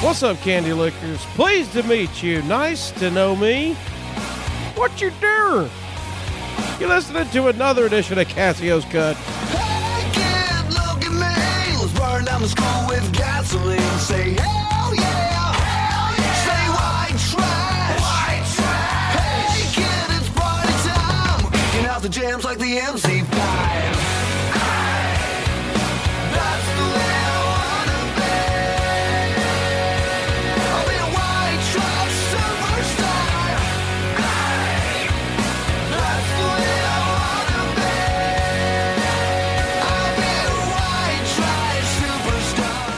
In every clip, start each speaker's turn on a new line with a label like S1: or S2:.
S1: What's up, Candy Lickers? Pleased to meet you. Nice to know me. What you doing? You're listening to another edition of Cassio's Cut.
S2: Hey kid, look at me. Let's burn down the school with gasoline. Say hell yeah. Hell yeah. Say white trash. White trash. Hey kid, it's party time. Kicking out the jams like the MC5. That's the way I wanna be. I'll be a white trash superstar. That's the way I wanna be. I'll be a white trash superstar.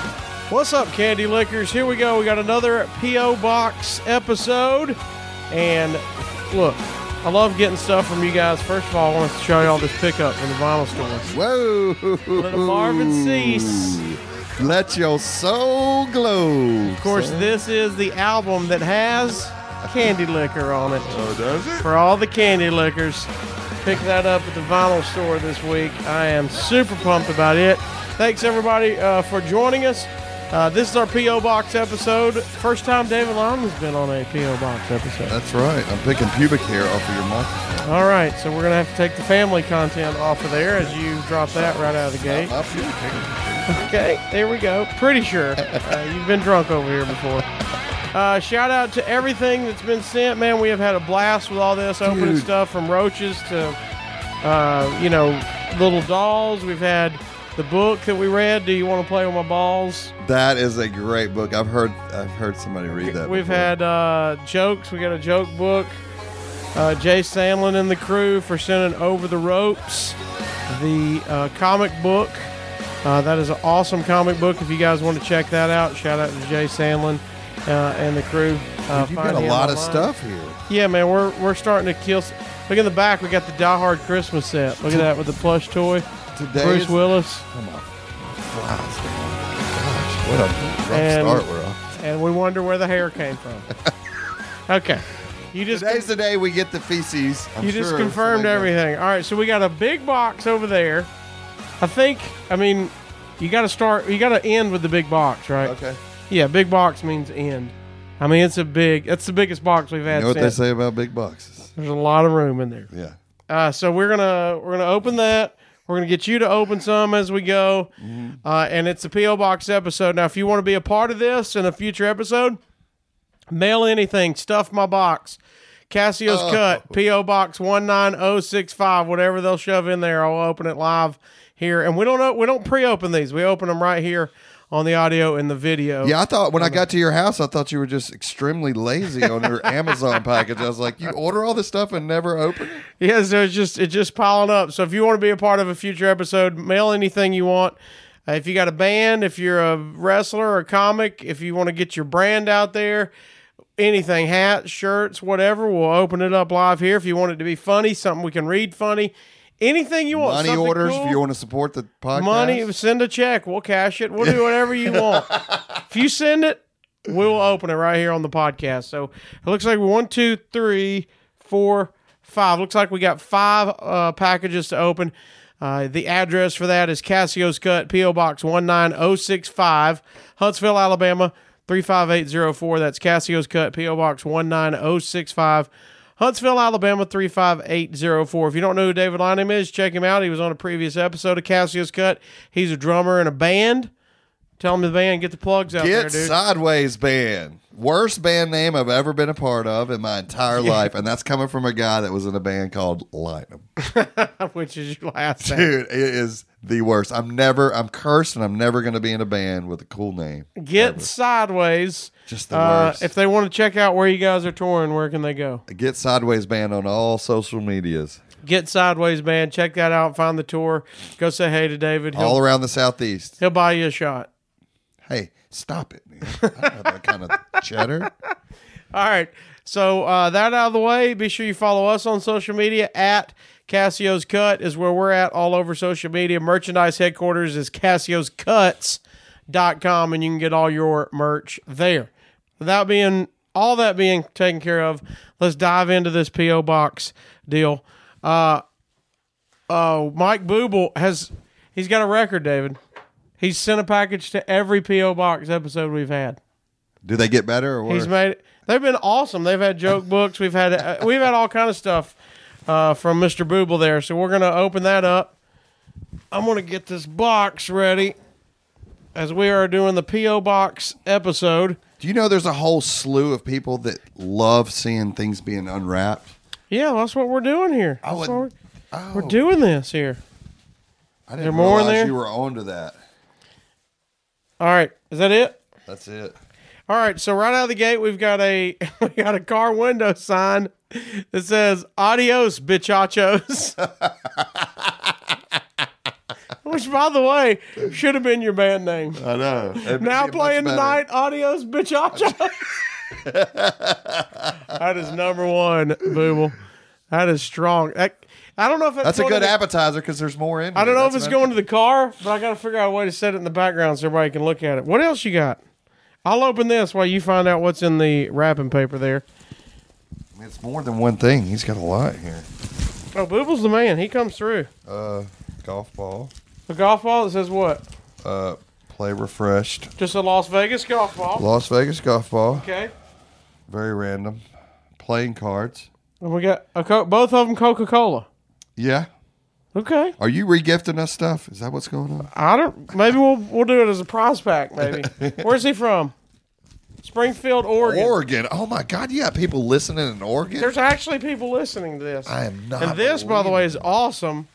S1: What's up, Candy Lickers? Here we go. We got another P.O. Box episode. And look, I love getting stuff from you guys. First of all, I want to show y'all this pickup from the vinyl store.
S3: Whoa!
S1: Little Marvin Cease.
S3: Let your soul glow.
S1: Of course, this is the album that has candy liquor on it.
S3: Oh, does it?
S1: For all the candy liquors, pick that up at the vinyl store this week. I am super pumped about it. Thanks, everybody, uh, for joining us. Uh, this is our P.O. Box episode. First time David Lyman's been on a P.O. Box episode.
S3: That's right. I'm picking pubic hair off of your microphone.
S1: All right, so we're going to have to take the family content off of there as you drop that right out of the gate.
S3: My pubic hair.
S1: Okay, there we go. Pretty sure uh, you've been drunk over here before. Uh, shout out to everything that's been sent, man. We have had a blast with all this opening
S3: Dude.
S1: stuff from roaches to, uh, you know, little dolls. We've had the book that we read. Do you want to play with my balls?
S3: That is a great book. I've heard. I've heard somebody read that.
S1: We've
S3: before.
S1: had uh, jokes. We got a joke book. Uh, Jay Sandlin and the crew for sending over the ropes. The uh, comic book. Uh, that is an awesome comic book. If you guys want to check that out, shout out to Jay Sandlin uh, and the crew. Uh,
S3: You've
S1: find
S3: got a
S1: him
S3: lot of
S1: online.
S3: stuff here.
S1: Yeah, man, we're we're starting to kill. s- Look in the back. We got the Die Hard Christmas set. Look at that with the plush toy.
S3: Today
S1: Bruce
S3: is-
S1: Willis.
S3: Come on. Flies, man. Gosh, what a rough
S1: And-
S3: start we're on.
S1: And we wonder where the hair came from. okay, you just
S3: Today's the day we get the feces. I'm
S1: you just
S3: sure
S1: confirmed
S3: somebody-
S1: everything. All right, so we got a big box over there. I think. I mean, you got to start. You got to end with the big box, right?
S3: Okay.
S1: Yeah, big box means end. I mean, it's a big. That's the biggest box we've
S3: You
S1: had.
S3: know what they
S1: since.
S3: say about big boxes?
S1: There's a lot of room in there.
S3: Yeah.
S1: Uh, so we're gonna we're gonna open that. We're gonna get you to open some as we go, uh, and it's a PO box episode. Now, if you want to be a part of this in a future episode, mail anything, stuff my box, Casio's cut, PO box one nine zero six five, whatever they'll shove in there, I'll open it live here, and we don't know we don't pre-open these, we open them right here on the audio and the video.
S3: Yeah, I thought when I got to your house, I thought you were just extremely lazy on your Amazon package. I was like, you order all this stuff and never open it?
S1: Yeah, so it's just it's just piling up. So if you want to be a part of a future episode, mail anything you want. Uh, if you got a band, if you're a wrestler or a comic, if you want to get your brand out there, anything, hats, shirts, whatever, we'll open it up live here. If you want it to be funny, something we can read funny, anything you want.
S3: Money
S1: something
S3: orders
S1: cool,
S3: if you want to support the podcast.
S1: money, send a check, we'll cash it, we'll do whatever you want. if you send it, we will open it right here on the podcast. So it looks like one, two, three, four, five. Looks like we got five uh, packages to open. Uh, the address for that is Cassio's Cut, P.O. Box 19065, Huntsville, Alabama 35804. That's Cassio's Cut, P.O. Box 19065, Huntsville, Alabama 35804. If you don't know who David Lynham is, check him out. He was on a previous episode of Cassio's Cut. He's a drummer in a band. Tell him the band, get the plugs out there,
S3: Get
S1: dude.
S3: Sideways Band. Worst band name I've ever been a part of in my entire life. And that's coming from a guy that was in a band called Lightning.
S1: which is your last name.
S3: Dude, it is the worst. I'm never, I'm cursed and I'm never going to be in a band with a cool name.
S1: Get sideways.
S3: Just the
S1: Uh,
S3: worst.
S1: if they want to check out where you guys are touring, where can they go?
S3: Get Sideways Band on all social medias,
S1: Get sideways, man. Check that out. Find the tour. Go say hey to David. He'll,
S3: all around the Southeast.
S1: he'll buy you a shot.
S3: Hey, stop it, man. I don't have that kind of cheddar.
S1: All right. So uh, that out of the way, be sure you follow us on social media at Casio's Cut is where we're at all over social media. Merchandise headquarters is CassiosCuts.com, and you can get all your merch there. Without being all that being taken care of, let's dive into this PO box deal. Uh, oh, Mike Booble has he's got a record, David. He's sent a package to every PO box episode we've had.
S3: Do they get better or worse?
S1: He's made. They've been awesome. They've had joke books. We've had uh, we've had all kind of stuff uh, from Mr. Booble there. So we're gonna open that up. I'm gonna get this box ready as we are doing the PO box episode.
S3: Do you know there's a whole slew of people that love seeing things being unwrapped?
S1: Yeah, that's what we're doing here.
S3: I
S1: That's
S3: wouldn't- Oh.
S1: what we're, we're doing this here.
S3: I didn't
S1: more in
S3: realize
S1: there?
S3: you were onto that.
S1: All right, is that it?
S3: That's it.
S1: All right, so right out of the gate, we've got a we got a car window sign that says "Adios, bitchachos," which, by the way, should have been your band name.
S3: I know.
S1: Now playing tonight, "Adios, bitchachos." that is number one, Booble. That is strong. That, I don't know if
S3: That's a
S1: going
S3: good
S1: to-
S3: appetizer because there's more in.
S1: I don't know if it's going to the car, but I got to figure out a way to set it in the background so everybody can look at it. What else you got? I'll open this while you find out what's in the wrapping paper there.
S3: It's more than one thing. He's got a lot here.
S1: Oh, Booble's the man. He comes through.
S3: Uh, golf ball.
S1: The golf ball that says what?
S3: Uh, play refreshed.
S1: Just a Las Vegas golf ball.
S3: Las Vegas golf ball.
S1: Okay.
S3: Very random. Playing cards.
S1: And we got a co- both of them Coca Cola.
S3: Yeah.
S1: Okay.
S3: Are you regifting us stuff? Is that what's going on?
S1: I don't. Maybe we'll we'll do it as a prize pack. Maybe. Where's he from? Springfield, Oregon.
S3: Oregon. Oh my God! You got people listening in Oregon.
S1: There's actually people listening to this.
S3: I am not.
S1: and this, by the way, is awesome.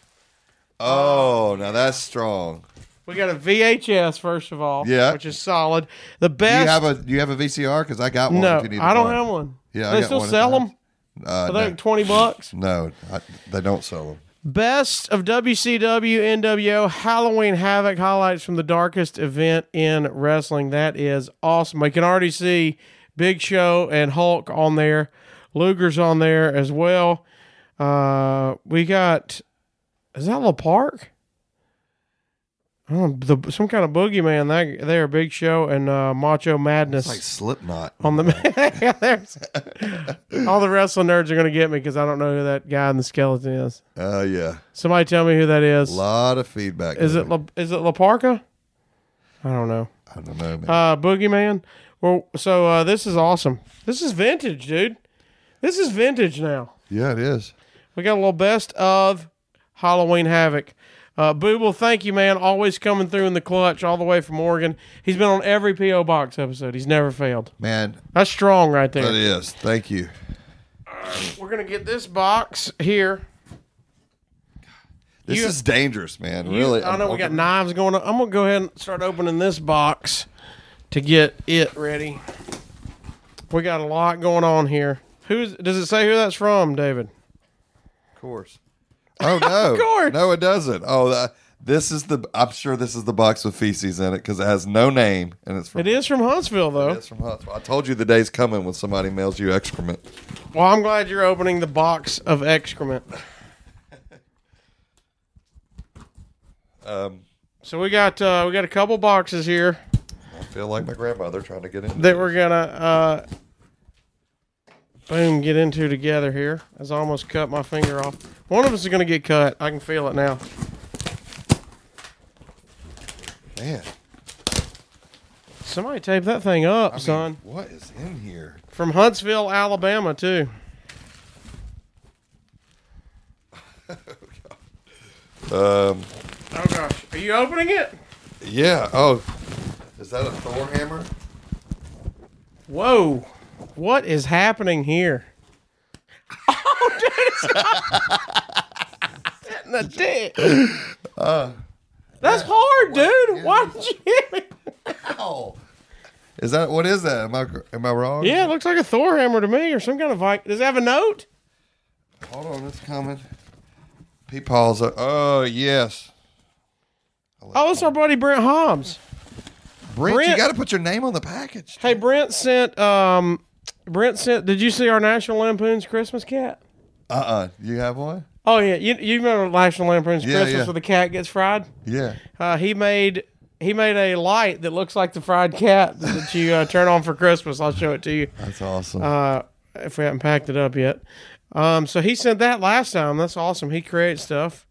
S3: Oh, now that's strong.
S1: We got a VHS first of all,
S3: Yeah.
S1: which is solid. The
S3: Do you
S1: best.
S3: have a Do you have a VCR? Because I got one.
S1: no,
S3: if you need
S1: I don't
S3: one.
S1: have one.
S3: Yeah, I
S1: they
S3: got
S1: still
S3: one at
S1: sell
S3: the
S1: them. I
S3: Uh, no.
S1: think twenty bucks.
S3: No, I, they don't sell them.
S1: Best of WCW NWO Halloween Havoc highlights from the darkest event in wrestling. That is awesome. I can already see Big Show and Hulk on there. Luger's on there as well. Uh, we got is that La Park? Oh, the, some kind of boogeyman that there. Big Show and uh, Macho Madness
S3: It's like Slipknot.
S1: on the Yeah, there's- all the wrestling nerds are gonna get me because I don't know who that guy in the skeleton is.
S3: Oh yeah,
S1: Somebody tell me who that is.
S3: a lot of feedback.
S1: is it La, is it Laparca? I don't know.
S3: I don't know, man.
S1: Uh, Boogeyman. Well, so uh, this is awesome. This is vintage, dude. This is vintage now.
S3: yeah, it is.
S1: We got a little best of Halloween Havoc. Uh, Booble, thank you, man. Always coming through in the clutch, all the way from Oregon. He's been on every PO box episode. He's never failed.
S3: Man,
S1: That's strong right there.
S3: that is. Thank you.
S1: We're gonna get this box here.
S3: This
S1: You-
S3: is dangerous, man.
S1: You-
S3: really.
S1: I know we got
S3: I'm-
S1: knives going on. I'm gonna go ahead and start opening this box to get it ready. We got a lot going on here. Who's does it say who that's from, David?
S3: Of course. Oh no. of
S1: course.
S3: No, it doesn't. Oh, that, this is the. I'm sure this is the box with feces in it because it has no name and it's from.
S1: It is from Huntsville though.
S3: It's from Huntsville. I told you the day's coming when somebody mails you excrement.
S1: Well, I'm glad you're opening the box of excrement.
S3: Um,
S1: So we got uh, we got a couple boxes here
S3: I feel like my grandmother trying to get in.
S1: that we're gonna uh, boom get into together here. As I almost cut my finger off. One of us is gonna get cut. I can feel it now.
S3: man.
S1: Somebody tape that thing up,
S3: I mean,
S1: son.
S3: what is in here?
S1: From Huntsville, Alabama, too.
S3: Um,
S1: Oh gosh, are you opening it?
S3: yeah. Oh, is that a Thor hammer?
S1: Whoa, what is happening here? Oh, dude, it's not Uh, sitting the dick. That's hard, dude. Why did you hit me?
S3: Oh, is that what is that? Am I am I wrong?
S1: Yeah, it looks like a Thor hammer to me, or some kind of like. Does it have a note?
S3: Hold on, it's coming. Peepaw's. a- Oh yes.
S1: Oh, it's our buddy Brent Hobbs.
S3: Brent,
S1: Brent-
S3: you got to put your name on the package.
S1: Hey, Brent sent. Um, Brent sent. Did you see our National Lampoon's Christmas cat?
S3: Uh uh You have one?
S1: Oh yeah, you, you remember National Lampoon's
S3: Yeah,
S1: Christmas
S3: yeah.
S1: where the cat gets fried?
S3: Yeah.
S1: Uh, he made he made a light that looks like the fried cat that you uh, turn on for Christmas. I'll show it to you
S3: That's awesome.
S1: uh, if we haven't packed it up yet. Um, so he sent that last time. That's awesome. He creates stuff.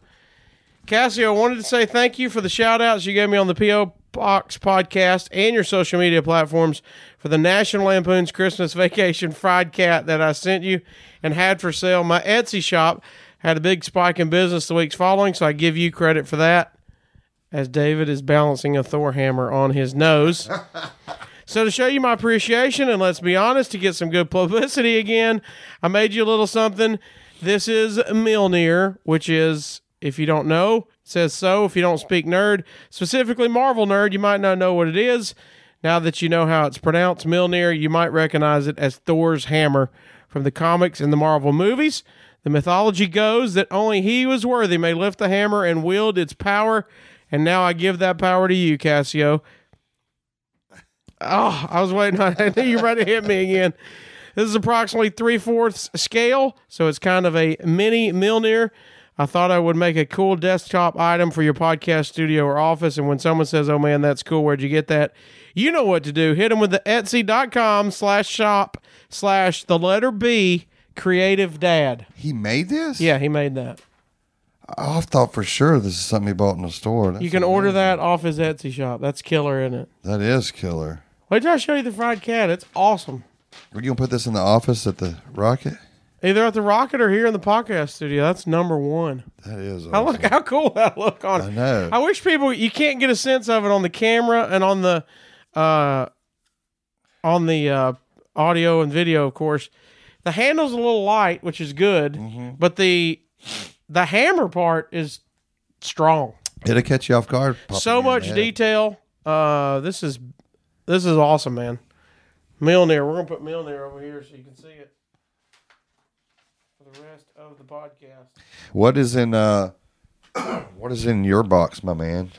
S1: Cassio I wanted to say thank you for the shout outs you gave me on the PO Box podcast and your social media platforms for the National Lampoon's Christmas Vacation fried cat that I sent you and had for sale. My Etsy shop had a big spike in business the weeks following, so I give you credit for that. As David is balancing a Thor hammer on his nose. So to show you my appreciation, and let's be honest, to get some good publicity again, I made you a little something. This is Milnir, which is, if you don't know, it says so. If you don't speak nerd, specifically Marvel nerd, you might not know what it is. Now that you know how it's pronounced, Milnir, you might recognize it as Thor's hammer from the comics and the Marvel movies. The mythology goes that only he who is worthy may lift the hammer and wield its power. And now I give that power to you, Cassio. Oh, I was waiting. on I knew you were about to hit me again. This is approximately three fourths scale, so it's kind of a mini Milner. I thought I would make a cool desktop item for your podcast studio or office. And when someone says, "Oh man, that's cool," where'd you get that? You know what to do. Hit them with the Etsy.com slash shop slash the letter B creative dad.
S3: he made this?
S1: Yeah, he made that.
S3: Oh, I thought for sure this is something he bought in the store. That's
S1: You can order that off his Etsy shop. That's killer, isn't it?
S3: That is killer.
S1: Wait till I show you the fried cat. It's awesome.
S3: Are you gonna put this in the office at the Rocket?
S1: Either at the Rocket or here in the podcast studio. That's number one.
S3: That is.
S1: I
S3: Awesome.
S1: look how cool that look on.
S3: I know.
S1: I wish people you can't get a sense of it on the camera and on the, uh, on the uh, audio and video. Of course, the handle's a little light, which is good,
S3: Mm-hmm.
S1: but the the hammer part is strong.
S3: It'll catch you off guard. Pop it
S1: so
S3: in your
S1: much
S3: hand.
S1: detail. Uh, this is this is awesome, man. Milner, we're gonna put Milner over here so you can see it for the rest of the podcast.
S3: What is in uh, what is in your box, my man?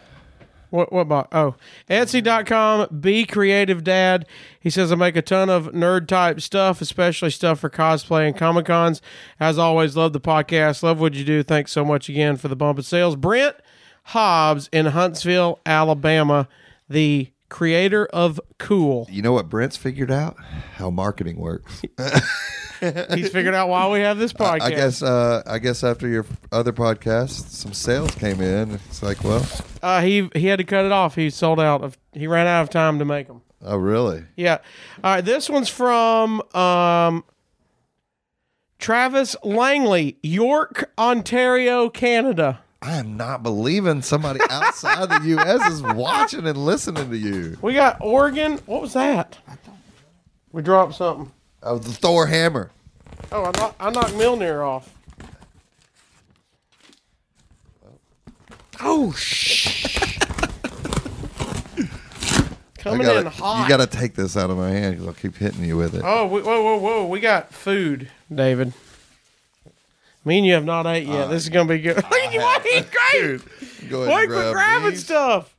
S1: What what about oh Etsy.com be creative dad. He says I make a ton of nerd type stuff, especially stuff for cosplay and comic cons. As always, love the podcast. Love what you do. Thanks so much again for the bump in sales. Brent Hobbs in Huntsville, Alabama, the creator of cool.
S3: You know what Brent's figured out? How marketing works.
S1: He's figured out why we have this podcast.
S3: I guess. Uh, I guess after your other podcast, some sales came in. It's like, well,
S1: uh, he he had to cut it off. He sold out of he ran out of time to make them.
S3: oh really?
S1: Yeah. All right. This one's from um, Travis Langley, York, Ontario, Canada.
S3: I am not believing somebody outside the U.S. is watching and listening to you.
S1: We got Oregon. What was that? We dropped something.
S3: Oh, the Thor hammer.
S1: Oh, I knocked, I knocked Milner off. Oh, shh.
S3: I
S1: Coming
S3: gotta,
S1: in hot.
S3: You got to take this out of my hand because I'll keep hitting you with it.
S1: Oh, we, whoa, whoa, whoa! We got food, David. Me and you have not ate
S3: Uh,
S1: yet. this is gonna be good. Look at you! Why he's great?
S3: Go
S1: Why you
S3: ahead and
S1: quit
S3: grab
S1: grabbing
S3: these.
S1: stuff?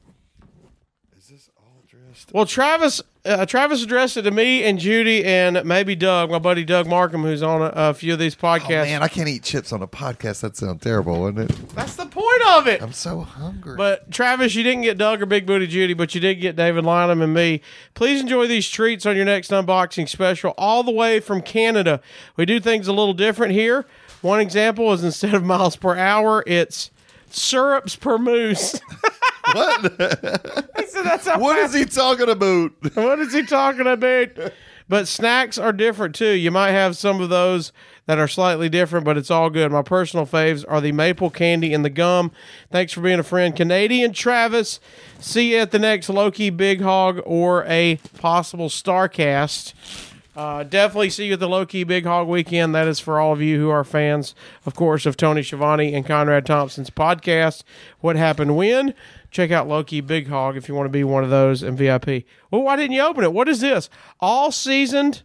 S3: Is this all dressed?
S1: Well, Travis, uh, Travis addressed it to me and Judy and maybe Doug, my buddy Doug Markham, who's on a, a few of these
S3: Oh,
S1: podcasts.
S3: man, I can't eat chips on a podcast. That sounds terrible, wouldn't it?
S1: That's the point of it.
S3: I'm so hungry.
S1: But Travis, you didn't get Doug or Big Booty Judy, but you did get David Lynham and me. Please enjoy these treats on your next unboxing special, all the way from Canada. We do things a little different here. One example is instead of miles per hour, it's syrups per moose. what? he said that's how
S3: what is he talking about?
S1: what is he talking about? But snacks are different too. You might have some of those that are slightly different, but it's all good. My personal faves are the maple candy and the gum. Thanks for being a friend, Canadian Travis. See you at the next Loki Big Hog or a possible Starcast. Uh, definitely see you at the Loki Big Hog weekend. That is for all of you who are fans, of course, of Tony Schiavone and Conrad Thompson's podcast, What Happened When. Check out Loki Big Hog if you want to be one of those and VIP. Well, why didn't you open it? What is this? All seasoned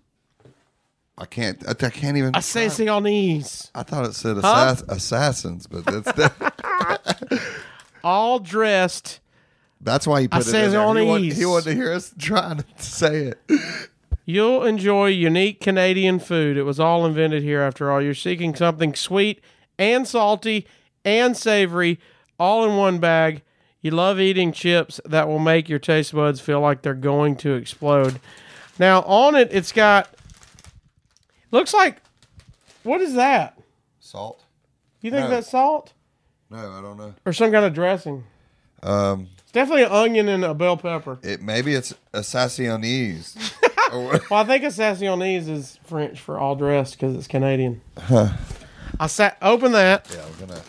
S3: I can't. I, I can't even. I,
S1: assassinonis.
S3: thought it said assass- assassins, but that's that,
S1: All dressed.
S3: that's why he put it in there. He, want,
S1: Assassins.
S3: he wanted to hear us trying to say it.
S1: You'll enjoy unique Canadian food. It was all invented here after all. You're seeking something sweet and salty and savory all in one bag. You love eating chips that will make your taste buds feel like they're going to explode. Now on it, it's got. Looks like, what is that?
S3: Salt?
S1: You think
S3: No.
S1: that's salt
S3: No, I don't know.
S1: or some kind of dressing?
S3: Um,
S1: It's definitely an onion and a bell pepper.
S3: it maybe it's assassinonis.
S1: Well, I think assassinonis is French for all dressed because it's Canadian. I sat open that.
S3: yeah, I'm gonna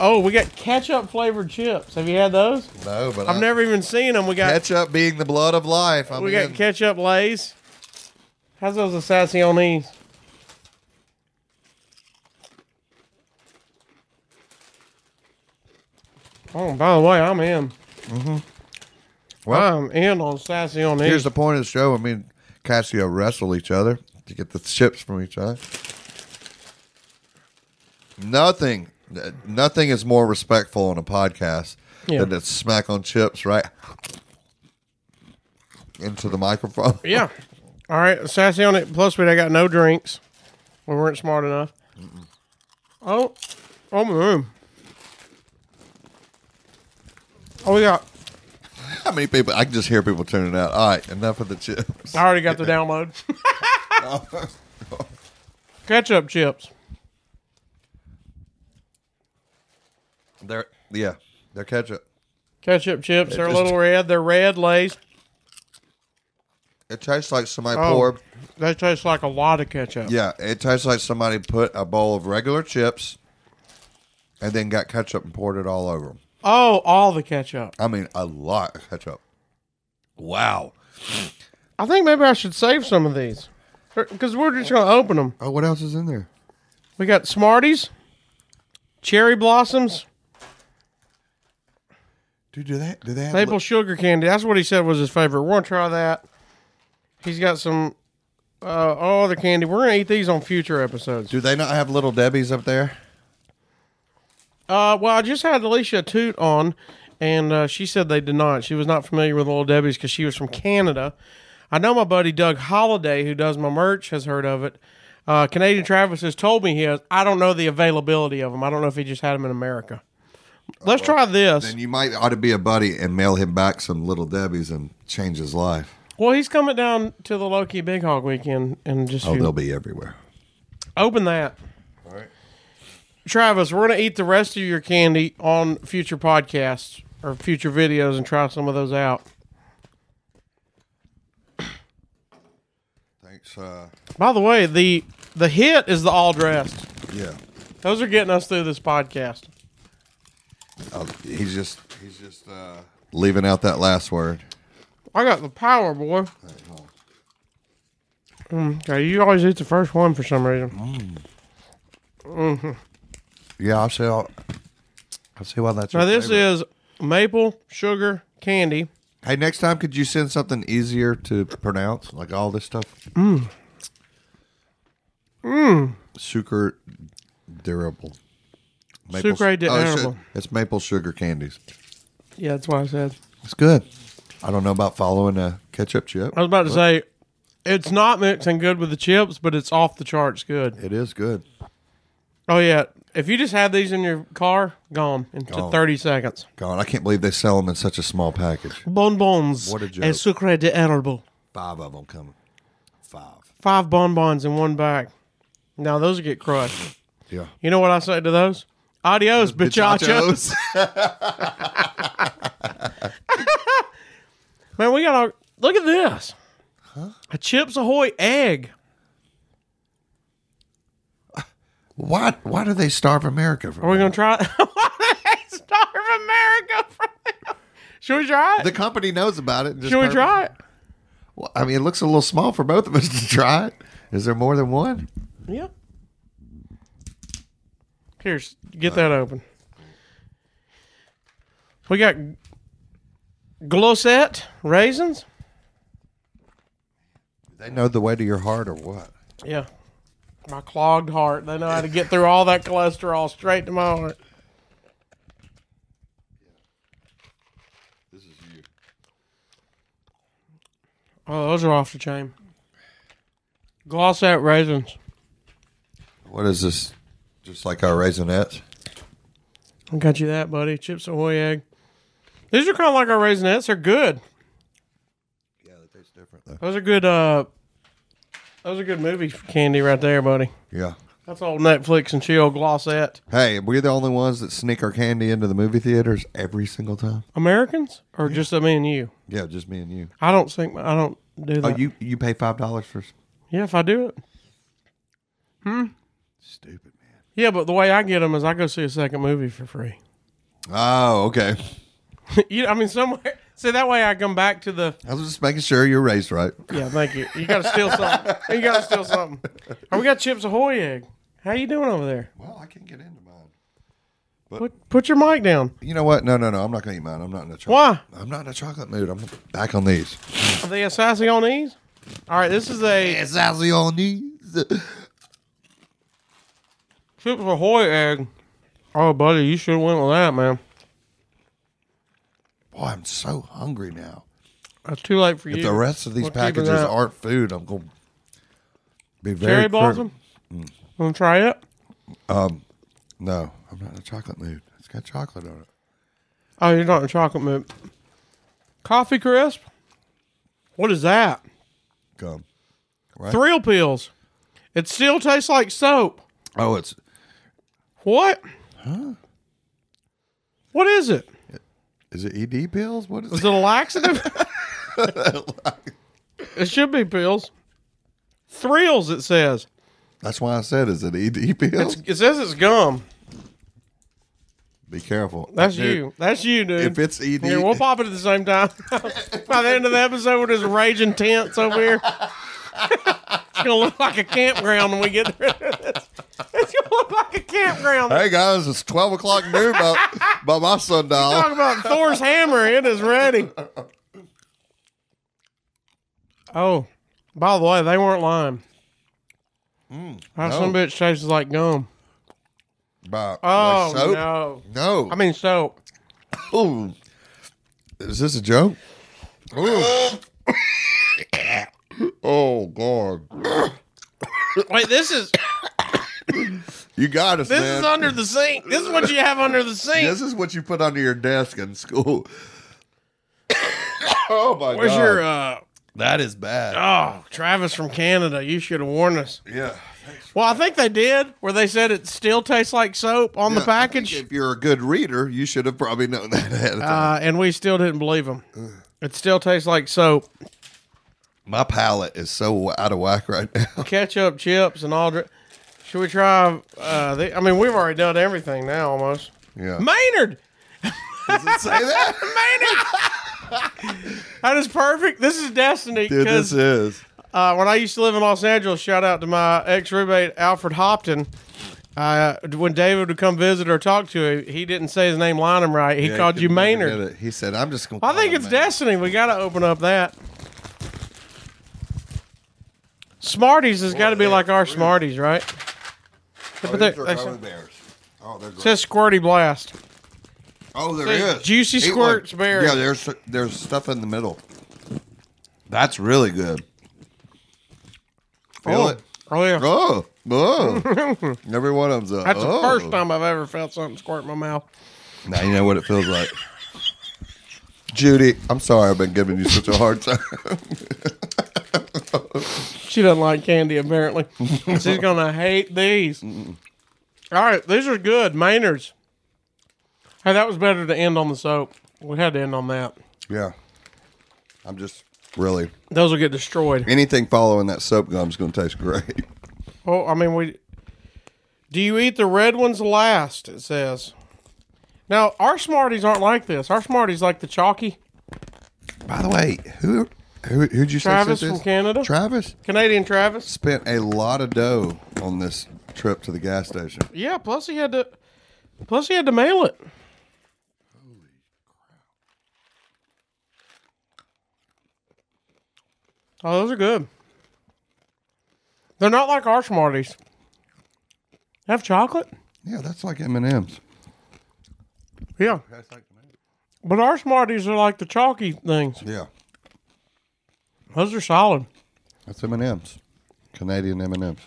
S1: Oh, we got ketchup flavored chips. Have you had those?
S3: no, but
S1: I've
S3: I-
S1: never even seen them. We got
S3: ketchup being the blood of life. I
S1: we
S3: mean,
S1: got ketchup lays. How's those assassinonis? Oh, by the way, I'm in. Mm-hmm.
S3: Well-
S1: I'm in on assassinonis.
S3: here's the point of the show. I mean, Cassio wrestle each other to get the chips from each other. Nothing, nothing is more respectful on a podcast
S1: Yeah.
S3: than to smack on chips right into the microphone.
S1: Yeah. All right, sassy on it. Plus, we I got no drinks. We weren't smart enough. Oh, oh my room. Oh yeah,
S3: How many people? I can just hear people tuning out. All right, enough of the chips.
S1: I already got the download. Ketchup chips.
S3: They're yeah, they're ketchup.
S1: Ketchup chips. They're a
S3: just-
S1: little red. They're red lays.
S3: It tastes like somebody
S1: Oh.
S3: poured.
S1: They taste like a lot of ketchup.
S3: Yeah, it tastes like somebody put a bowl of regular chips and then got ketchup and poured it all over 'em.
S1: Oh, all the ketchup.
S3: I mean, a lot of ketchup. Wow.
S1: I think maybe I should save some of these because we're just gonna open them.
S3: Oh, what else is in there?
S1: We got Smarties, cherry blossoms,
S3: Dude, do they do they have
S1: Maple sugar candy. That's what he said was his favorite. We're gonna try that. He's got some uh, all other candy. We're gonna eat these on future episodes.
S3: do they not have little debbies up there?
S1: Uh, well, I just had Alicia Toot on, and uh, she said they did not. She was not familiar with Little Debbie's because she was from Canada. I know my buddy Doug Holliday, who does my merch, has heard of it. Uh, Canadian Travis has told me he has. I don't know the availability of them. I don't know if he just had them in America. Let's try this.
S3: Then you might ought to be a buddy and mail him back some little debbies and change his life.
S1: Well, he's coming down to the Loki Big Hog weekend and just
S3: Oh, they'll be everywhere.
S1: Open that.
S3: All right.
S1: Travis, we're going to eat the rest of your candy on future podcasts or future videos and try some of those out.
S3: Thanks. Uh,
S1: By the way, the the hit is the all dressed.
S3: yeah.
S1: Those are getting us through this podcast.
S3: Oh, he's just he's just uh, leaving out that last word.
S1: I got the power, boy. Mm, Okay, you always eat the first one for some reason.
S3: Yeah, I see. All, I see why that's.
S1: Now
S3: your
S1: this
S3: favorite.
S1: is maple sugar candy.
S3: Hey, next time, could you send something easier to pronounce, like all this stuff? Mm. Mm.
S1: Mm.
S3: Sucre durable.
S1: Sucre de
S3: it's-
S1: arable.
S3: It's maple sugar candies.
S1: Yeah, that's why I said.
S3: It's good. I don't know about following a ketchup chip.
S1: I was about to say it's not mixing good with the chips, but it's off the charts good.
S3: It is good.
S1: Oh yeah. If you just had these in your car, gone in t-
S3: Gone.
S1: thirty seconds.
S3: God, I can't believe they sell them in such a small package.
S1: Bonbons.
S3: What a joke.
S1: And sucre de edible.
S3: Five of them coming. Five.
S1: Five bonbons in one bag. Now those get crushed.
S3: Yeah.
S1: You know what I say to those? Adios, bichachos.
S3: Bichachos.
S1: Man, we got our look at this. A Chips Ahoy egg.
S3: Why? Why do they starve America? From
S1: Are we gonna try it? Starve America from Should we try it?
S3: The company knows about it. and just
S1: Should we
S3: pur-
S1: try it?
S3: Well, I mean, it looks a little small for both of us to try it. Is there more than one?
S1: Yeah. Here, s- get that open. We got glosset raisins.
S3: They know the way to your heart or what?
S1: Yeah. My clogged heart. They know how to get through all that cholesterol straight to my heart.
S3: This is you.
S1: Oh, those are off the chain. Glosset raisins.
S3: What is this? Just like our raisinets?
S1: I got you that, buddy. Chips Ahoy egg. These are kind of like our raisinets. They're good.
S3: Yeah, that tastes different though.
S1: Those are good. Uh, those are good movie candy right there, buddy.
S3: Yeah.
S1: That's all Netflix and chill glossette.
S3: Hey, we're the only ones that sneak our candy into the movie theaters every single time.
S1: Americans or just uh, me and you?
S3: Yeah, just me and you.
S1: I don't think I don't do
S3: Oh,
S1: that.
S3: you you pay five dollars for s-
S1: yeah, if I do it.
S3: stupid man.
S1: Yeah, but the way I get them is I go see a second movie for free.
S3: Oh, okay.
S1: you, I mean, somewhere. So that way I come back to the.
S3: I was just making sure you're raised right.
S1: Yeah, thank you. You got to steal something. You got to steal something. Oh, we got Chips Ahoy egg. How you doing over there?
S3: Well, I can't get into mine.
S1: Put put your mic down.
S3: You know what? No, no, no. I'm not gonna eat mine. I'm not in a
S1: Why?
S3: chocolate. I'm not in a chocolate mood. I'm back on these.
S1: Are they a sassy on these? All right, this is a
S3: It's actually on these.
S1: Chips Ahoy egg. Oh, buddy, you should have went with that, man.
S3: Boy, I'm so hungry now.
S1: That's too late for
S3: If
S1: you.
S3: the rest of these
S1: We're keeping
S3: packages
S1: that.
S3: aren't food, I'm gonna be very
S1: cherry
S3: crit-
S1: blossom.
S3: Mm.
S1: Want to try it?
S3: No, I'm not in a chocolate mood. It's got chocolate on it.
S1: Oh, you're not in chocolate mood. Coffee crisp. What is that?
S3: Gum.
S1: Thrill pills. It still tastes like soap.
S3: Oh, it's
S1: What? Huh? What is it?
S3: is it ED pills? What is
S1: Is it a laxative? it should be pills. Thrills, it says.
S3: That's why I said, is it ED pills?
S1: It says it's gum.
S3: Be careful.
S1: That's
S3: Dude,
S1: you. That's you, dude.
S3: If it's E ED,
S1: Here, we'll pop it at the same time. By the end of the episode, we're just raging tents over here. it's gonna look like a campground when we get rid of this. It's gonna look like a campground.
S3: hey guys, it's twelve o'clock noon by, by my sundial.
S1: Talk about Thor's hammer. It is ready. Oh, by the way, they weren't lying.
S3: Mm,
S1: That some bitch tastes like gum.
S3: By,
S1: Oh
S3: by soap?
S1: no!
S3: no,
S1: I mean soap.
S3: Ooh. is this a joke? Ooh. oh god,
S1: Wait, this is
S3: you got us,
S1: this
S3: man.
S1: is under the sink. This is what you have under the sink.
S3: this is what you put under your desk in school. oh my
S1: Where's
S3: god,
S1: your uh?
S3: that is bad.
S1: Oh, Travis from Canada, you should have warned us.
S3: yeah.
S1: Well, I think they did, where they said it still tastes like soap on the
S3: Yeah, I think
S1: package,
S3: If you're a good reader, you should have probably known that ahead of time.
S1: uh, and we still didn't believe them. It still tastes like soap.
S3: My palate is so out of whack right now.
S1: ketchup chips and all. Dri- Should we try? Uh, the, I mean, we've already done everything now almost.
S3: Yeah.
S1: Maynard,
S3: Does it say that?
S1: Maynard, that is perfect. This is destiny
S3: Dude, this
S1: because
S3: is.
S1: uh, when I used to live in Los Angeles, shout out to my ex roommate Alfred Hopton. Uh, when David would come visit or talk to him, he didn't say his name line him right. He
S3: Yeah,
S1: called you
S3: couldn't even
S1: Maynard.
S3: get it. He said, I'm just going to.
S1: I think it's destiny. We got to open up that. Smarties has got to be
S3: they
S1: like
S3: are
S1: our
S3: fruit.
S1: Smarties, right?
S3: Oh,
S1: But
S3: these
S1: they're-
S3: are
S1: they're-
S3: gummy bears. Oh, they're great.
S1: says Squirty Blast.
S3: oh, there
S1: says
S3: is.
S1: Juicy
S3: Eat
S1: Squirts
S3: one.
S1: Berry.
S3: Yeah, there's there's stuff in the middle. That's really good. Feel
S1: oh.
S3: it?
S1: Oh, yeah.
S3: Oh, oh. Every one of them's a.
S1: That's
S3: oh.
S1: the first time I've ever felt something squirt in my mouth.
S3: Now you know what it feels like. Judy, I'm sorry I've been giving you such a hard time.
S1: She doesn't like candy, apparently. She's going to hate these. All right. These are good. Maynard's. Hey, that was better to end on the soap. We had to end on that.
S3: yeah. I'm just really.
S1: Those will get destroyed.
S3: Anything following that soap gum is going to taste great.
S1: Oh, I mean, we. Do you eat the red ones last? It says. Now our Smarties aren't like this. Our Smarties like the chalky
S3: By the way, who who who'd you
S1: Travis
S3: say sent
S1: from
S3: this?
S1: Canada,
S3: Travis
S1: Canadian Travis.
S3: spent a lot of dough on this trip to the gas station.
S1: Yeah, plus he had to, plus he had to mail it. Oh, those are good. They're not like our Smarties. They have chocolate.
S3: Yeah, that's like M and M's.
S1: Yeah, but our Smarties are like the chalky things.
S3: Yeah,
S1: Those are solid.
S3: that's M and M's. Canadian M and M's.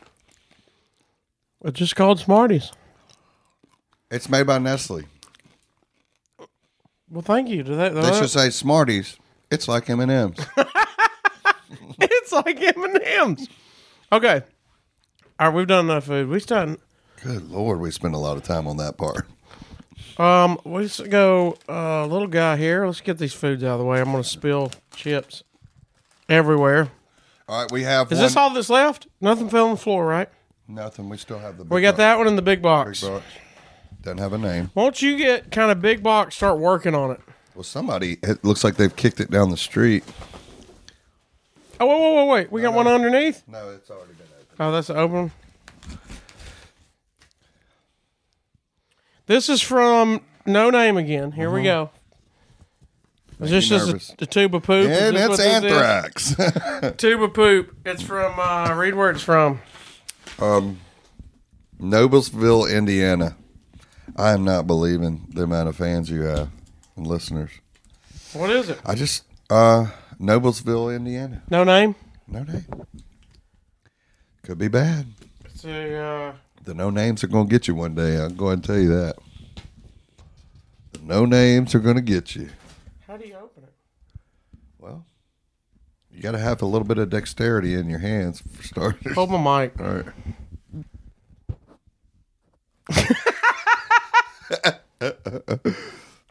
S1: It's just called Smarties.
S3: It's made by Nestle.
S1: Well, thank you. Do uh, that,
S3: They should say Smarties. It's like M and M's.
S1: it's like M and M's. Okay. All right, we've done enough food. We've done.
S3: Good lord, we spend a lot of time on that part.
S1: Um, let's go. Uh, little guy here. Let's get these foods out of the way. I'm gonna spill chips everywhere.
S3: All right, we have
S1: Is
S3: one-
S1: this all that's left? Nothing fell on the floor, right?
S3: nothing. We still have the.
S1: We got that one in the big box.
S3: Doesn't have a name.
S1: Won't you get kind of big box? Start working on it.
S3: Well, somebody. It looks like they've kicked it down the street.
S1: Oh, wait, wait, wait, wait. We got one
S3: Uh-huh.
S1: underneath.
S3: No, it's already been opened.
S1: Oh, that's the open. one. This is from No Name again. Here we go. Is this
S3: me
S1: just
S3: Uh-huh. nervous.
S1: a, a tube of poop? Is
S3: And
S1: this what
S3: it's
S1: this is?
S3: anthrax.
S1: Tube of poop. It's from, uh, read where it's from.
S3: Noblesville, Indiana. I am not believing the amount of fans you have and listeners.
S1: What is it?
S3: I just uh Noblesville, Indiana.
S1: No Name?
S3: No name. Could be bad.
S1: It's a, uh,
S3: The no names are gonna get you one day. I'll go ahead and tell you that. The no names are gonna get you.
S1: how do you open it?
S3: Well, you gotta have a little bit of dexterity in your hands for starters.
S1: Hold my mic.
S3: All right.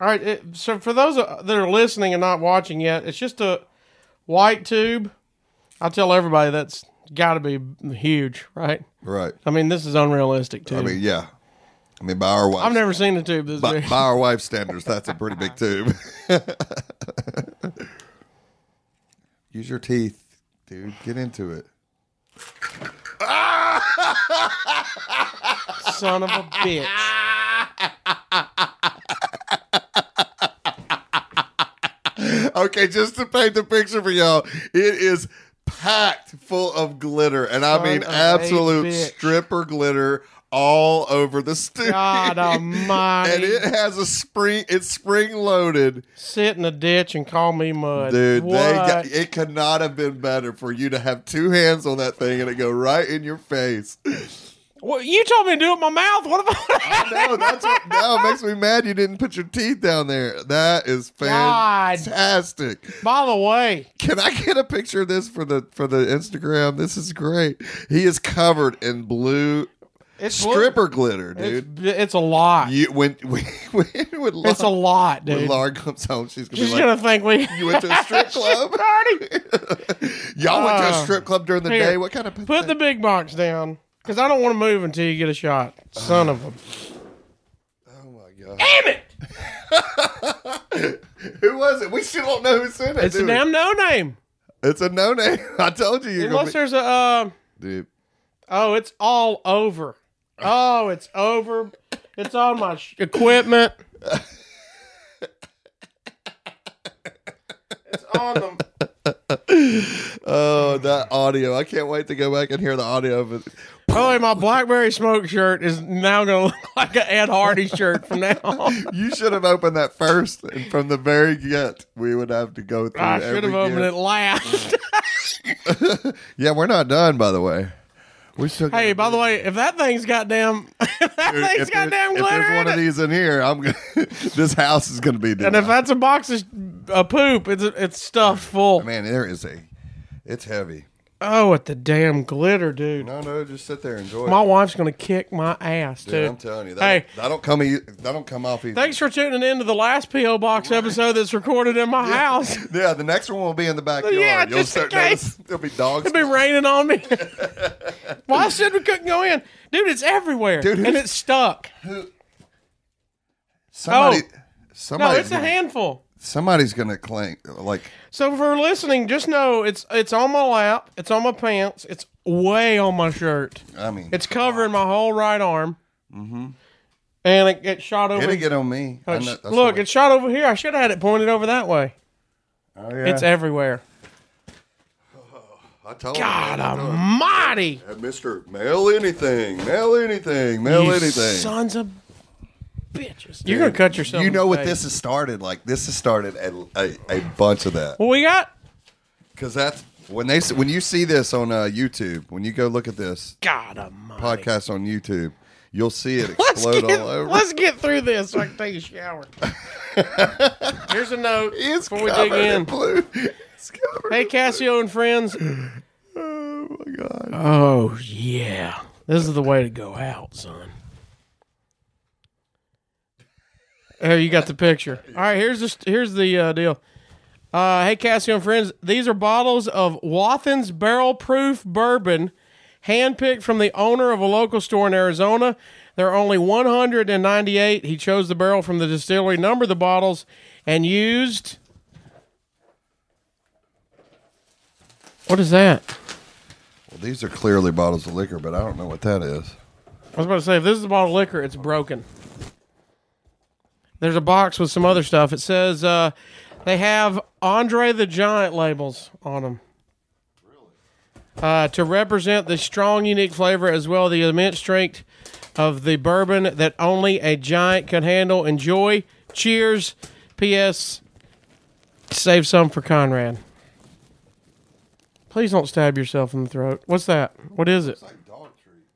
S1: All right. It, so for those uh, that are listening and not watching yet, it's just a white tube. I tell everybody that's got to be huge, right?
S3: Right.
S1: I mean, this is unrealistic too.
S3: I mean, yeah. I mean by our wives.
S1: I've never seen a tube this
S3: by,
S1: big.
S3: by our wife's standards, that's a pretty big tube. Use your teeth, dude. Get into it.
S1: Son of a bitch.
S3: Okay, just to paint the picture for y'all, it is packed full of glitter, and I
S1: Son
S3: mean
S1: of a
S3: absolute
S1: bitch.
S3: stripper glitter all over the studio.
S1: God
S3: and
S1: almighty.
S3: it has a spring. It's spring loaded,
S1: Sit in a ditch and call me mud.
S3: dude.
S1: what?
S3: They got, it could not have been better for you to have two hands on that thing and it go right in your face.
S1: Well, you told me to do it with my mouth. What about
S3: No, that's what, no, it makes me mad. You didn't put your teeth down there. That is
S1: God.
S3: fantastic.
S1: By the way,
S3: Can I get a picture of this for the for the Instagram? This is great. He is covered in blue
S1: it's
S3: stripper glitter,
S1: It's,
S3: dude.
S1: it's a lot.
S3: You when when when Laura,
S1: it's a lot,
S3: when
S1: dude.
S3: Laura comes home, she's gonna
S1: She's
S3: be like,
S1: gonna think we
S3: "You went to a strip club?
S1: Already
S3: Y'all went to a
S1: Uh,
S3: strip club during the
S1: here.
S3: day? What kind of
S1: Put the big box down because I don't want to move until you get a shot. Son of a
S3: Oh my god!
S1: damn it!
S3: Who was it? We still don't know who sent it.
S1: It's
S3: do
S1: a
S3: we?
S1: damn no name.
S3: It's a no name. I told you you're
S1: Unless
S3: gonna
S1: there's a. Uh,
S3: be, dude.
S1: Oh, it's all over. Oh, it's over. It's on my sh- equipment. it's on them.
S3: Oh, that audio! I can't wait to go back and hear the audio of it.
S1: Oh, and my BlackBerry smoke shirt is now going to look like an Ed Hardy shirt from now on.
S3: You should have opened that first, and from the very get, we would have to go through.
S1: I should
S3: every
S1: have opened
S3: get.
S1: it last.
S3: Yeah, we're not done, by the way. We still.
S1: hey, by the way, if that thing's goddamn, if that
S3: Dude,
S1: thing's
S3: if, there-
S1: goddamn
S3: if
S1: glitter
S3: there's one
S1: in
S3: of
S1: it,
S3: these in here, I'm gonna. this house is gonna be.
S1: and
S3: Done.
S1: if that's a box of uh, poop, it's it's stuffed full.
S3: man, there is a. It's heavy.
S1: Oh, at the damn glitter, dude.
S3: No, no, just sit there and enjoy.
S1: My
S3: it.
S1: wife's gonna kick my ass,
S3: Dude,
S1: dude.
S3: I'm telling you, that,
S1: Hey.
S3: that don't come. ea- That don't come off easy.
S1: Thanks for tuning in to the last P.O. Box episode that's recorded in my house.
S3: Yeah, the next one will be in the backyard.
S1: Yeah,
S3: You'll
S1: just in
S3: start notice-
S1: case.
S3: There'll be dogs.
S1: It's been raining on me. Why said we couldn't go in? Dude, it's everywhere.
S3: Dude,
S1: and
S3: who's-
S1: it's stuck.
S3: Somebody.
S1: Oh. No,
S3: Somebody,
S1: it's a handful.
S3: somebody's gonna claim like
S1: So for listening, just know it's it's on my lap, it's on my pants, it's way on my shirt.
S3: I mean
S1: It's covering my whole right arm. Mm-hmm. And it, it shot
S3: It
S1: over.
S3: didn't get on me. I know- that's
S1: Look,
S3: the way-
S1: it shot over here. I should have had it pointed over that way.
S3: oh, yeah.
S1: It's everywhere.
S3: I told
S1: God
S3: you,
S1: almighty.
S3: Hey, Mister, mail anything, mail anything, mail
S1: You
S3: anything.
S1: Sons of bitches. You're gonna cut yourself.
S3: You
S1: in
S3: know
S1: the
S3: what
S1: face.
S3: this has started? Like this has started a, a, a bunch of that
S1: What we got?
S3: because that's when they s- when you see this on uh, YouTube when you go look at this
S1: God almighty.
S3: podcast on YouTube, You'll see it
S1: Let's
S3: explode
S1: get,
S3: all over.
S1: let's get through this so I can take a shower. Here's a note
S3: it's
S1: before we
S3: covered
S1: dig in.
S3: blue. It's covered.
S1: Hey, Cassio and friends.
S3: Oh my god.
S1: Oh, yeah. This is the way to go out, son. There, you got the picture. All right, here's the, here's the uh, deal. Uh, hey, Cassio and friends. These are bottles of Wathin's Barrel Proof Bourbon, handpicked from the owner of a local store in Arizona. There are only 198. He chose the barrel from the distillery, numbered the bottles, and used. What is that?
S3: Well, these are clearly bottles of liquor, but I don't know what that is.
S1: I was about to say, if this is a bottle of liquor, it's broken. There's a box with some other stuff. It says uh, they have Andre the Giant labels on them. Uh, to represent the strong, unique flavor as well the immense strength of the bourbon that only a giant can handle. Enjoy. Cheers. P.S. Save some for Conrad. Please don't stab yourself in the throat. What's that? What is it?
S3: Like dog treats.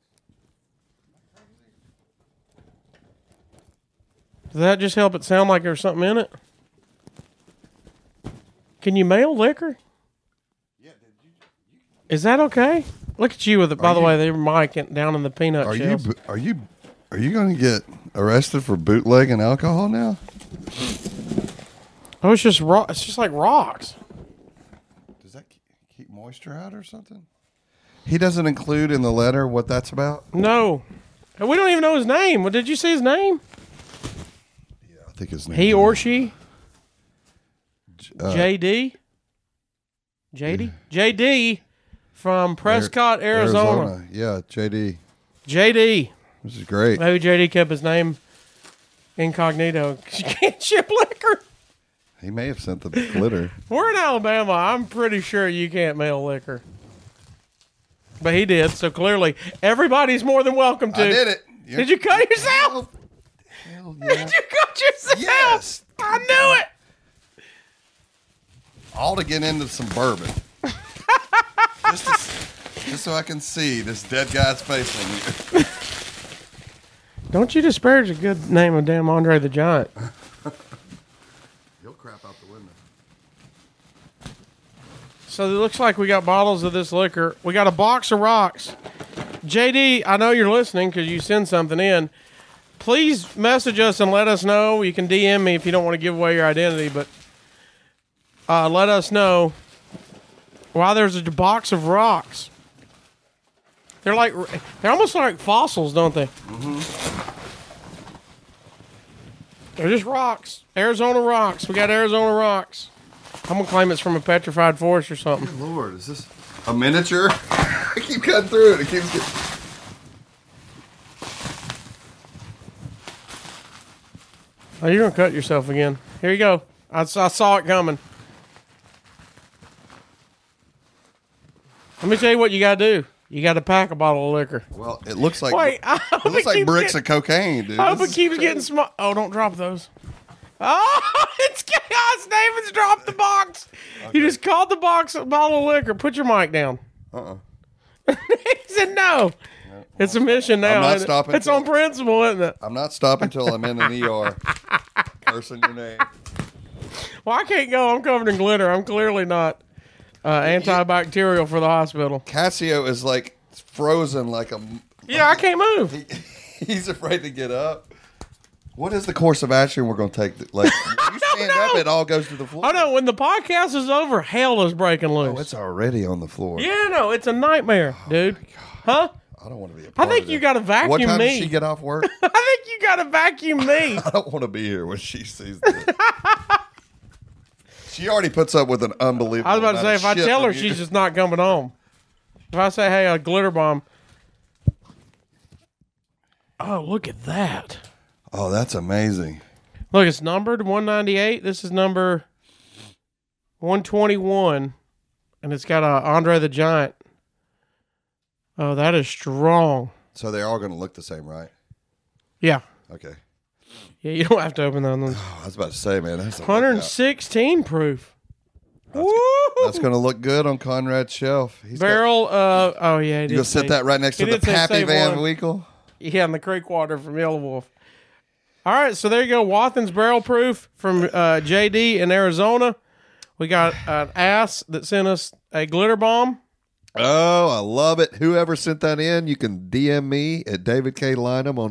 S1: Does that just help it sound like there's something in it? Can you mail liquor? Is that okay? Look at you with it. By the way, they were mic in- down in the peanut
S3: Are you
S1: shells.
S3: bo- are you are you going to get arrested for bootlegging alcohol now?
S1: oh, it's just ro- It's just like rocks.
S3: Does that ke- keep moisture out or something? He doesn't include in the letter what that's about.
S1: No, And we don't even know his name. Well, did you see his name?
S3: I think his name.
S1: He or she? JD. JD. JD from Prescott, Arizona.
S3: Yeah, JD.
S1: JD.
S3: This is great.
S1: Maybe JD kept his name incognito. She can't ship liquor.
S3: He may have sent the glitter.
S1: We're in Alabama. I'm pretty sure you can't mail liquor. But he did, so clearly everybody's more than welcome to.
S3: I did it. You're-
S1: Did you cut yourself?
S3: Hell, hell
S1: Did
S3: yeah.
S1: you cut yourself?
S3: Yes.
S1: I knew it.
S3: All to get into some bourbon. just, to s- just so I can see this dead guy's face on you.
S1: Don't you disparage the good name of damn Andre the Giant.
S3: He'll crap out the window.
S1: So it looks like we got bottles of this liquor. We got a box of rocks. JD, I know you're listening because you send something in. Please message us and let us know. You can DM me if you don't want to give away your identity, but uh, let us know why there's a box of rocks. They're like they're almost like fossils, don't they? They're just rocks. Arizona rocks. We got Arizona rocks. I'm gonna claim it's from a petrified forest or something.
S3: Lord, is this a miniature? I keep cutting through it. It keeps getting.
S1: Oh, you're gonna cut yourself again. Here you go. I, s- I saw it coming. Let me tell you what you gotta do. You gotta pack a bottle of liquor.
S3: Well, it looks like
S1: Wait, I
S3: it
S1: hope it
S3: looks like
S1: keeps
S3: bricks
S1: getting,
S3: of cocaine, dude.
S1: I hope
S3: This
S1: it
S3: is
S1: keeps
S3: crazy.
S1: getting small. Oh, don't drop those. Oh, it's chaos. David's dropped the box. You just called the box a bottle of liquor. Put your mic down.
S3: Uh-uh.
S1: He said no. It's a mission now.
S3: I'm not
S1: isn't it?
S3: stopping
S1: It's on
S3: till-
S1: principle, isn't it?
S3: I'm not stopping till I'm in an ER. Cursing your name.
S1: Well, I can't go. I'm covered in glitter. I'm clearly not uh, antibacterial for the hospital.
S3: Cassio is like frozen, like a. m-
S1: Yeah, I can't move.
S3: He's afraid to get up. What is the course of action we're going to take? That, like, when you stand up,
S1: know.
S3: it all goes to the floor.
S1: Oh no! When the podcast is over, hell is breaking
S3: Oh,
S1: loose.
S3: it's already on the floor.
S1: yeah, no, it's a nightmare, dude. Huh?
S3: I don't want to be a part
S1: I think
S3: of
S1: you
S3: this.
S1: got to vacuum
S3: What time
S1: me.
S3: does she get off work?
S1: I think you got to vacuum me.
S3: I don't want to be here when she sees this. she already puts up with an unbelievable.
S1: I was about to
S3: amount
S1: say
S3: of
S1: if I
S3: shit
S1: tell her,
S3: from you.
S1: she's just not coming home. If I say, "Hey, a glitter bomb." Oh, look at that!
S3: Oh, that's amazing.
S1: Look, it's numbered 198. This is number 121. And it's got uh, Andre the Giant. Oh, that is strong.
S3: So they're all going to look the same, right?
S1: Yeah.
S3: Okay.
S1: Yeah, you don't have to open that one.
S3: Oh, I was about to say, man, that's a workout.
S1: 116 proof. Woo!
S3: That's going to look good on Conrad's shelf. He's got-
S1: Barrel, uh, oh, yeah.
S3: you going to sit that right next to
S1: He
S3: the
S1: did say
S3: Pappy
S1: save
S3: Van
S1: one.
S3: Winkle?
S1: Yeah, and the creek water from Yellow Wolf. All right, so there you go. Wathins Barrel Proof from uh, JD in Arizona. We got an ass that sent us a glitter bomb.
S3: Oh, I love it. Whoever sent that in, you can DM me at David K. Lynham on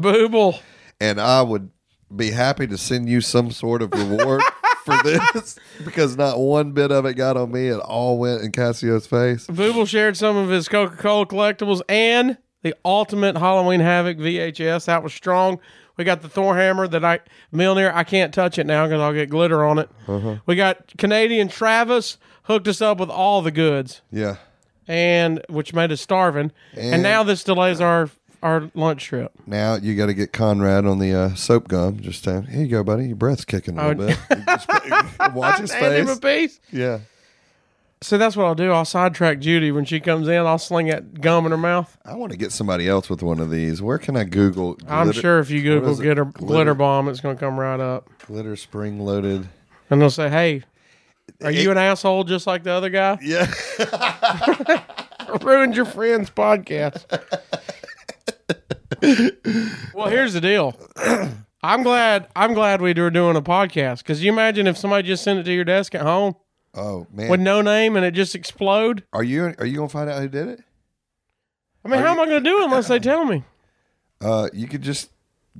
S1: Booble.
S3: and I would be happy to send you some sort of reward for this because not one bit of it got on me. It all went in Cassio's face.
S1: Booble shared some of his Coca Cola collectibles and the ultimate Halloween Havoc VHS. That was strong. We got the Thor hammer that I, Milner, I can't touch it now because I'll get glitter on it. We got Canadian Travis hooked us up with all the goods,
S3: Yeah.
S1: and which made us starving. And, now this delays our our lunch trip.
S3: Now you got to get Conrad on the uh, soap gum. Just tell him, here you go, buddy. Your breath's kicking a little
S1: Oh.
S3: bit. Just watch his
S1: Hand him a
S3: face.
S1: piece.
S3: Yeah.
S1: So that's what I'll do. I'll sidetrack Judy when she comes in. I'll sling that gum in her mouth.
S3: I want to get somebody else with one of these. Where can I Google?
S1: I'm
S3: glitter-
S1: sure if you Google
S3: is it?
S1: glitter,
S3: Glitter-
S1: glitter bomb, it's going to come right up.
S3: glitter spring loaded.
S1: And they'll say, hey, are you an asshole just like the other guy?
S3: Yeah.
S1: Ruined your friend's podcast. well, here's the deal. I'm glad. I'm glad we were doing a podcast because you imagine if somebody just sent it to your desk at home
S3: Oh man.
S1: with no name and it just explode.
S3: are you are you gonna find out who did it?
S1: I mean, how am I going to do it unless they tell me?
S3: Uh, you could just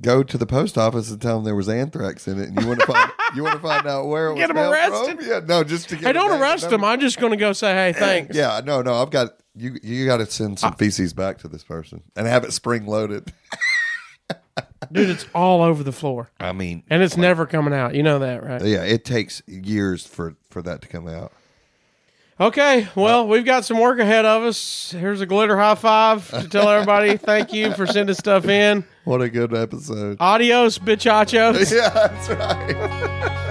S3: go to the post office and tell them there was anthrax in it, and you want to find you want to find out where it
S1: Get
S3: was
S1: them
S3: mailed
S1: arrested.
S3: From? Yeah, no, just to get
S1: Hey, don't
S3: them
S1: arrest them. I'm just going to go say, hey, thanks.
S3: Yeah, no, no, I've got you. You got to send
S1: Uh,
S3: some feces back to this person and have it spring loaded.
S1: Dude, it's all over the floor
S3: I mean,
S1: and it's never coming out. You know that, right?
S3: yeah, it takes years for for that to come out.
S1: Okay, well, we've got some work ahead of us. Here's a glitter high five to tell everybody thank you for sending stuff in. Uh,
S3: What a good episode.
S1: Adios, bitchachos.
S3: Yeah, that's right.